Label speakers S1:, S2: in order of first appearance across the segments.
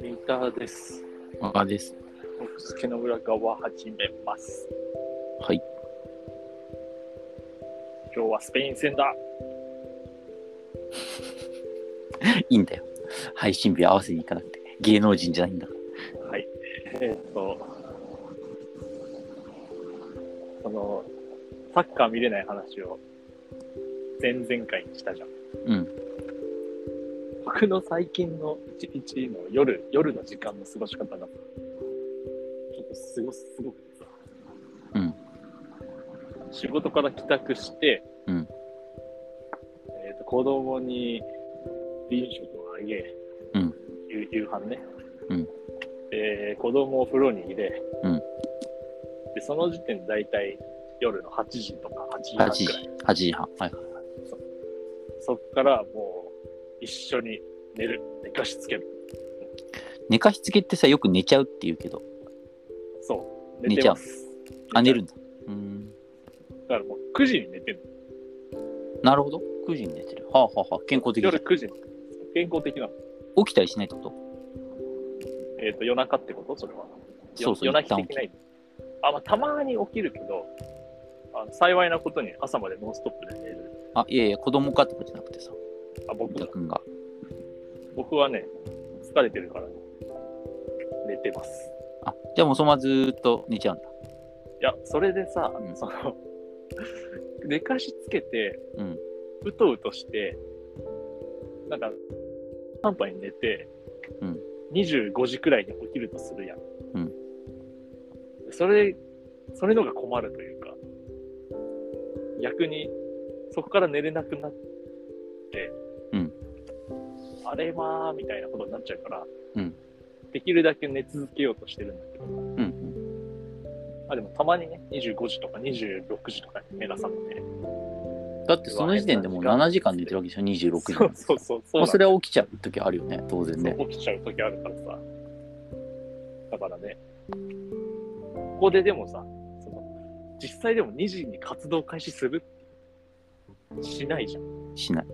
S1: メーターです。
S2: あです。
S1: 奥付けの裏側始めます。
S2: はい。
S1: 今日はスペイン戦だ。
S2: いいんだよ。配信日合わせに行かなくて。芸能人じゃないんだから。
S1: はい。えーっと、その、サッカー見れない話を前々回にしたじゃん。
S2: うん。
S1: 僕の最近の一日の夜、夜の時間の過ごし方が、ちょっとすごすごくてさ。
S2: うん。
S1: 仕事から帰宅して、
S2: うん
S1: えっ、と、子供に飲食をあげ、
S2: うん
S1: 夕夕飯ね。
S2: うん
S1: で、子供を風呂に入れ、
S2: うん
S1: で、その時点で大体夜の8時とか8時半
S2: 8時
S1: くらい。、
S2: 8時半。はい。
S1: そっからもう一緒に寝る、寝かしつける。
S2: 寝かしつけってさ、よく寝ちゃうって言うけど。
S1: そう、
S2: 寝
S1: 寝
S2: ち
S1: て
S2: ゃう
S1: ます。
S2: あ、寝るんだ。うーん。
S1: だからもう9時に寝てる。
S2: なるほど。9時に寝てる。はあはあはあ。健康的じゃん
S1: 夜9時に。健康的なの。
S2: 起きたりしないってこと
S1: えっ、と、夜中ってことそれは。
S2: そうそう。
S1: 夜泣
S2: 一
S1: き
S2: 旦起
S1: で
S2: き
S1: きな
S2: る
S1: い。あ、まあ、たまに起きるけど、あの幸いなことに朝までノンストップで寝る。
S2: あ、いやいや、子供かってことじゃなくてさ。
S1: あ、僕
S2: 伊田
S1: だ。
S2: 君が。
S1: 僕はね、疲れてるから、寝てます。
S2: あ、じゃあもうそのままずーっと寝ちゃうんだ。
S1: いや、それでさ、
S2: うん
S1: その、寝かしつけて、
S2: うん。
S1: うとうとして、なんか、半端に寝て、
S2: うん
S1: 25時くらいに起きるとするやん。
S2: うん
S1: それ、それのが困るというか、逆に、そこから寝れなくなって、
S2: うん
S1: あれまーみたいなことになっちゃうから、
S2: うん
S1: できるだけ寝続けようとしてるんだけど、
S2: うんうん。
S1: まあでもたまにね、25時とか26時とかに目が覚めて、
S2: だってその時点でもう7時間寝てるわけでしょ ?26 時
S1: そう
S2: 間。
S1: そうそうそう
S2: ま
S1: な
S2: あ、
S1: んだ
S2: それは起きちゃう時あるよね。当然ね。
S1: そう起きちゃう時あるからさ。だからね、ここででもさ、その実際でも2時に活動開始するしないじゃん。
S2: しない。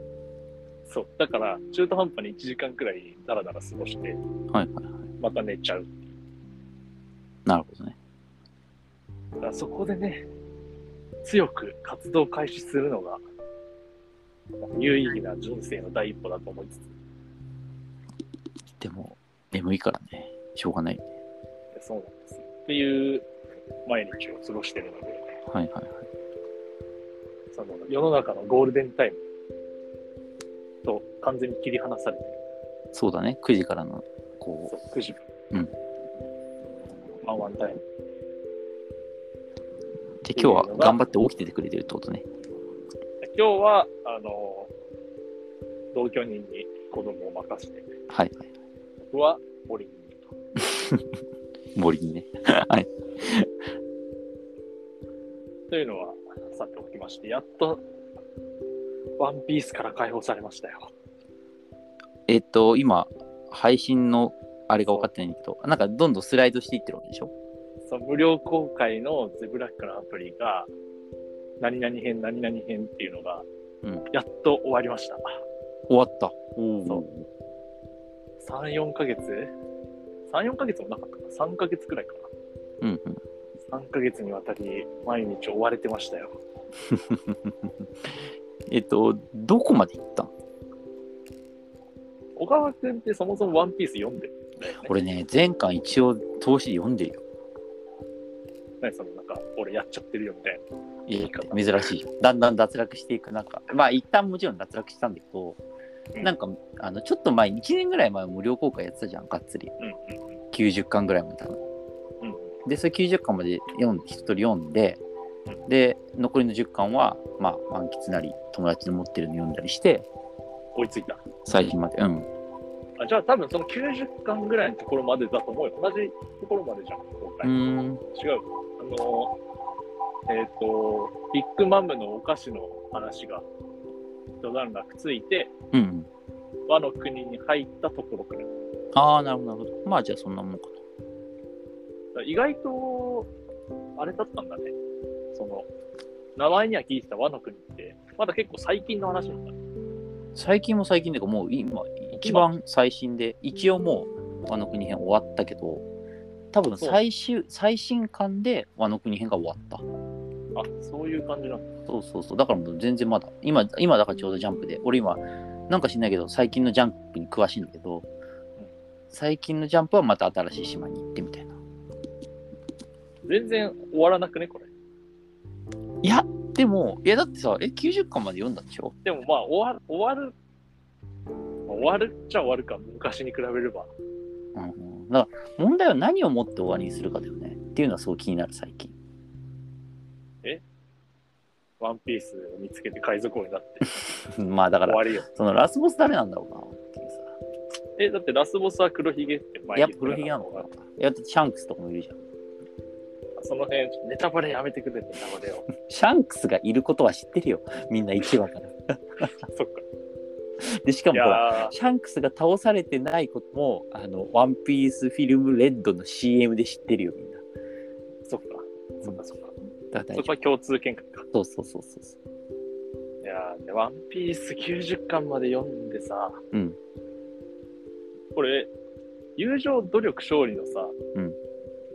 S1: そう。だから、中途半端に1時間くらいダラダラ過ごして、
S2: はいはいはい。
S1: また寝ちゃう。
S2: なるほどね。
S1: だからそこでね、強く活動開始するのが、有意義な人生の第一歩だと思いつつ、
S2: でも、眠いからね。しょうがない。
S1: そうなんですよ。っていう毎日を過ごしてるので、
S2: はいはいはい。
S1: その世の中のゴールデンタイムと完全に切り離されてる。
S2: そうだね。9時からの、こ
S1: そう9時。
S2: うん。
S1: ワンワンタイム。
S2: う。じゃあ今日は頑張って起きててくれてるってことね。
S1: で今日は、あの、同居人に子供を任せて、
S2: はい。
S1: 僕は森にいると。
S2: 森にね。
S1: というのは、さておきまして、やっと、ワンピースから解放されましたよ。
S2: えっと、今、配信のあれが分かってないんだけど、なんかどんどんスライドしていってるわけでしょ
S1: その無料公開のゼブラックのアプリが、何々編、何々編っていうのが、
S2: うん
S1: やっと終わりました。
S2: 終わった。
S1: そ
S2: お
S1: う3、4ヶ月 ?3、4ヶ月もなかったかな ?3 ヶ月くらいか
S2: うんうん。
S1: な ?3 ヶ月にわたり毎日追われてましたよ。
S2: えっと、どこまで行ったの
S1: 小川くんってそもそもワンピース読んでるんだよね。
S2: 俺ね、前回一応通しで読んでるよ。
S1: 何そのなんか、俺やっちゃってるよみたい
S2: いや珍しいよ。だんだん脱落していく中、まあ一旦もちろん脱落したんだけど、
S1: うん
S2: なんか、あの、ちょっと前、1年ぐらい前無料公開やってたじゃん、がっつり。
S1: な。
S2: 90巻ぐらいまで多分
S1: うんうんうん。
S2: でそれ90巻まで読ん一人読んで
S1: う
S2: で残りの10巻は、まあ、満喫なり友達の持ってるの読んだりして
S1: 追いついた。
S2: 最近までうん
S1: あじゃあ多分その90巻ぐらいのところまでだと思うよ。同じところまでじゃん、今
S2: う
S1: 回。
S2: ーん
S1: 違う。あのー、えっ、と、ビッグマムのお菓子の話が、一段落ついて、
S2: うんうん
S1: 和の国に入ったところからい。
S2: ああなるほどなるほどまあじゃあそんなもん
S1: だ
S2: か
S1: から意外と、あれだったんだね。その、名前には聞いてた和の国って、まだ結構最近の話なんだ。
S2: 最近も最近でか、もう今、一番最新で、一応もう、ワノ国編終わったけど、多分
S1: そう
S2: 最終、最新刊でワノ国編が終わった。
S1: あ、そういう感じなんだ。
S2: そうそうそう。だからもう全然まだ、今、今だからちょうどジャンプで、俺今、なんか知んないけど、最近のジャンプに詳しいんだけど、最近のジャンプはまた新しい島に行ってみたいな。
S1: 全然終わらなくね、これ。
S2: いや、でも、いやだってさ、え、90巻まで読んだんでしょ
S1: でもまあ、終わる、終わる、まあ終わるっちゃ終わるか、昔に比べれば。
S2: うん。だから、問題は何をもって終わりにするかだよね。っていうのはすごい気になる、最近。
S1: ワンピースを見つけて海賊王になって、
S2: ま あだか
S1: 終
S2: ら、
S1: わりよ。
S2: そのラスボス誰なんだろうなっていうさ。
S1: え、だってラスボスは黒ひげって前
S2: やっ
S1: に
S2: ぱ
S1: 言って
S2: 古
S1: た
S2: 着なのかな。いや、だってシャンクスとかもいるじゃん。
S1: その辺、ネタバレやめてくれ、ネタバレを。
S2: シャンクスがいることは知ってるよ。みんな1話から。
S1: そっか。
S2: で、しか
S1: い
S2: もほら、
S1: やー
S2: シャンクスが倒されてないことも、あの、ワンピースフィルムレッドの CM で知ってるよ、みんな。
S1: そっか。そっか、そっか。
S2: だから
S1: そ
S2: 大
S1: こ
S2: 丈
S1: は共通見解か。
S2: 夫。そうそうそうそうそう。
S1: いやーで、ワンピース90巻まで読んでさ、
S2: うん
S1: これ、友情、努力、勝利のさ、
S2: うん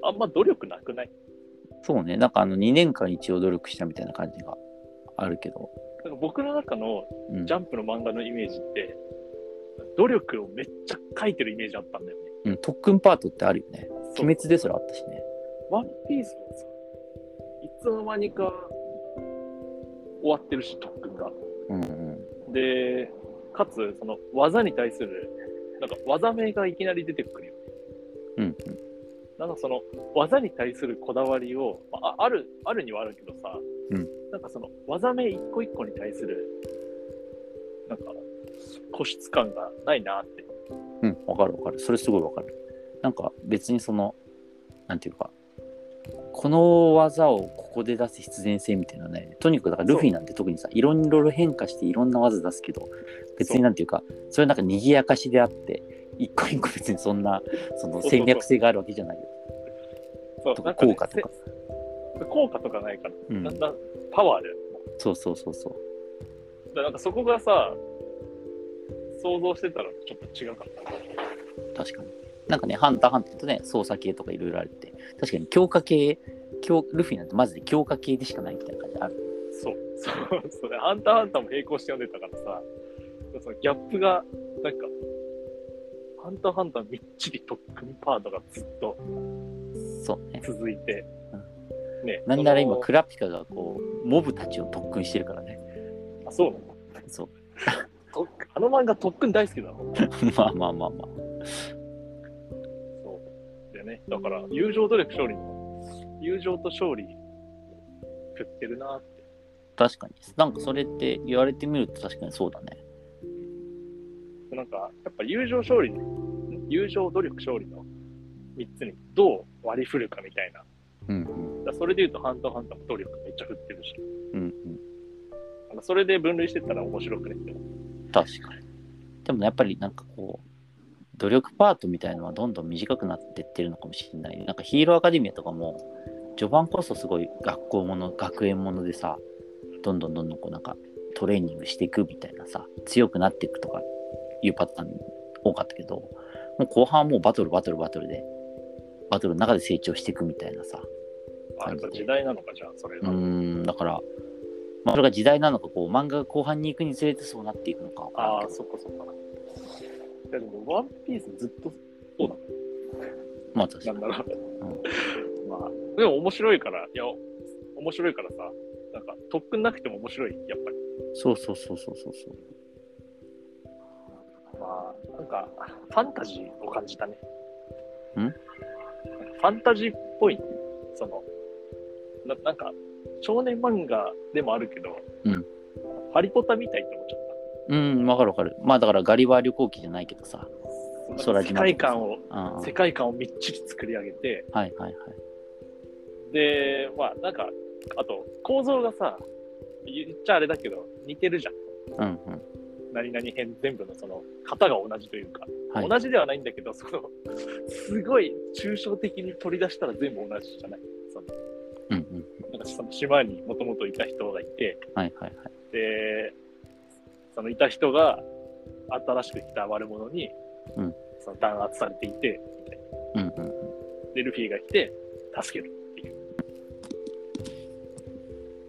S1: あんま努力なくない
S2: そうね、なんかあの、2年間一応努力したみたいな感じがあるけど。
S1: なんか僕の中の
S2: うん
S1: ジャンプの漫画のイメージって、努力をめっちゃ書いてるイメージあったんだよね。
S2: うん、特訓パートってあるよね。
S1: そう
S2: 鬼滅ですらあったしね。
S1: ワンピースもさ、いつの間にか終わってるし、特訓が。
S2: うんうん。
S1: で、かつ、その技に対する、なんか技名がいきなり出てくるよね。
S2: うん
S1: なんかその技に対するこだわりを、まあ、あある、あるにはあるけどさ、
S2: うん
S1: なんかその技名一個一個に対する、なんか、個室感がないなって。
S2: うん。うん、わかるわかる。それすごいわかる。なんか別にその、なんていうか、この技をここで出す必然性みたいなのはね、とにかくだからルフィなんて特にさ、いろいろ変化していろんな技出すけど、別になんていうか、それなんか賑やかしであって、一個一個別にそんなその戦略性があるわけじゃないよ。
S1: そう
S2: と
S1: な
S2: か
S1: んね
S2: 効果とか。
S1: せ効果とかないから、
S2: うん
S1: だん、だんパワーで。
S2: そうそうそうそう。
S1: だからなんかそこがさ、想像してたらちょっと違かった。
S2: 確かに。なんかね、ハンターハンターとね、操作系とかいろいろあるって、確かに強化系、強ルフィなんてマジで強化系でしかないみたいな感じある。
S1: そう、そう、そうね。ハンターハンターも並行して読んでたからさ、そのギャップが、なんか、ハンターハンターみっちり特訓パートがずっと
S2: そうね。
S1: 続いて、ね。
S2: なんなら今、
S1: その
S2: クラピカがこう、モブたちを特訓してるからね。
S1: あ、そうなの
S2: そう。
S1: とあの漫画特訓大好きだろ。
S2: まあまあまあまあ。
S1: そう。でね、だから、友情努力勝利の、友情と勝利、食ってるなって。
S2: 確かに。なんかそれって言われてみると確かにそうだね。
S1: でなんか、やっぱ友情勝利、ん友情努力勝利の3つにどう割り振るかみたいな。
S2: うんう
S1: だ
S2: ん。
S1: からそれで言うと、ハンターハンターも努力めっちゃ振ってるし。
S2: うん
S1: なんかそれで分類してったら面白くねって思う。
S2: うん。確かに。でもねやっぱりなんかこう、努力パートみたいのはどんどん短くなってってるのかもしれない。なんかヒーローアカデミアとかも、序盤こそすごい学校もの、学園ものでさ、どんどんどんどんこうなんかトレーニングしていくみたいなさ、強くなっていくとかいうパターン多かったけど、もう後半はもうバトルバトルバトルで、バトルの中で成長していくみたいなさ、
S1: あやっぱ時代なのか、じゃあ、それ
S2: う
S1: が。
S2: ーん、だから、まあ、それが時代なのか、こう、漫画が後半に行くにつれてそうなっていくのかわからん
S1: あ
S2: け
S1: あ、
S2: ど
S1: そっかそっか。いやでも、ワンピースずっとそうだ
S2: まあ、確
S1: な
S2: かに
S1: んだろう。まあ、でも面白いから、いや、面白いからさ、なんか、特訓なくても面白い、やっぱり。
S2: そうそうそうそうそうそう。
S1: まあ、なんか、ファンタジーを感じたね。
S2: ん
S1: なんかファンタジーっぽい、その、ななんか、少年漫画でもあるけど、
S2: うん
S1: ハリポタみたいって思っちゃった。
S2: うん、わかるわかる。まあ、だから、ガリバー旅行記じゃないけどさ。空
S1: 世
S2: 島とかさ
S1: 界観を、
S2: うん、は
S1: 世
S2: い
S1: 界観をみっちり作り上げて、
S2: はいはい。
S1: で、まあなんか、あと構造がさ、言っちゃあれだけど、似てるじゃん。
S2: うんうん。
S1: 何々編全部のその、型が同じというか、
S2: はい、
S1: 同じではないんだけど、その、すごい抽象的に取り出したら全部同じじゃない。
S2: うんうん。
S1: なんかかその島にもともといた人がいて、
S2: はいはいはい。
S1: で、そのいた人が新しく来た悪者に、
S2: うん
S1: その弾圧されていて、
S2: うんうんうん。
S1: で、ルフィが来て、助けるっていう。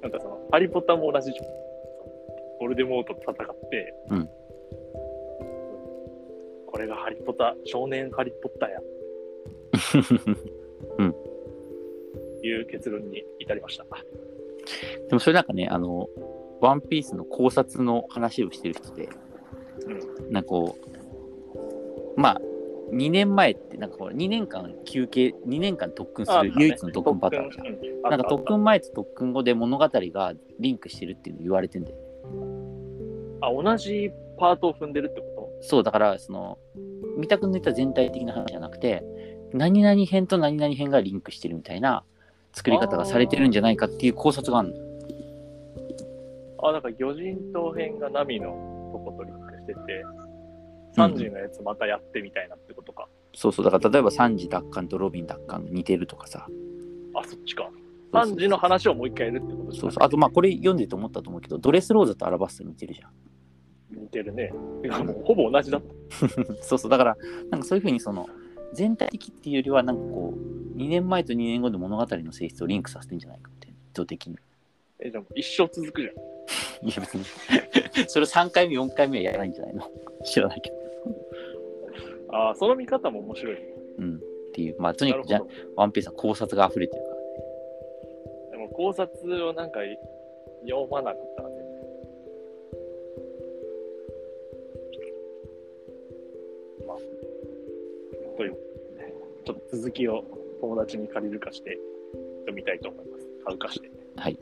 S1: なんかその、ハリポタも同じじゃん。ボルデモートと戦って、
S2: うん
S1: これがハリポタ、少年ハリポッターや、 いう結論に至りました。
S2: でもそれなんかね、あの、ワンピースの考察の話をしてる人で、なんかこう、まあ、2年前って、なんかこれ2年間休憩、2年間特訓す
S1: あ
S2: る唯一の特訓パターンじゃん。
S1: ん
S2: なんか特訓前と特訓後で物語がリンクしてるっていうの言われてんだよね。
S1: あ、同じパートを踏んでるってこ
S2: そう、だから、その、三田君の言った全体的な話じゃなくて、何々編と何々編がリンクしてるみたいな作り方がされてるんじゃないかっていう考察があるの。
S1: とあ、なんか魚人島編がナミのとことリンクしてて、サンジのやつまたやってみたいなってことか。
S2: そうそう、だから例えばサンジ奪還とロビン奪還が似てるとかさ。
S1: あ、そっちか。サンジの話をもう一回やるってことじゃ
S2: そ
S1: な
S2: う
S1: い
S2: そう。あと、まあ、これ読んでて思ったと思うけど、ドレスローザとアラバスタ似てるじゃん。
S1: 似てるね。いやもうほぼ同じだった。
S2: そうそう。だから、なんかそういうふうに、その、全体的っていうよりは、なんかこう、2年前と2年後の物語の性質をリンクさせてんじゃないかって、意図的に。
S1: え、じゃあもう一生続くじゃん。
S2: いや、別に。 それ3回目、4回目はやらないんじゃないの知らないけど。
S1: ああ、その見方も面白い。
S2: うん。っていう、まあ、とに
S1: な
S2: か
S1: る
S2: く
S1: ほ
S2: じゃ、
S1: ど。
S2: ワンピースは考察が溢れてるから。
S1: でも考察をなんか読まなかったらね。まあ、という、ちょっと続きを友達に借りるかして読みたいと思います。買うかして。
S2: はい。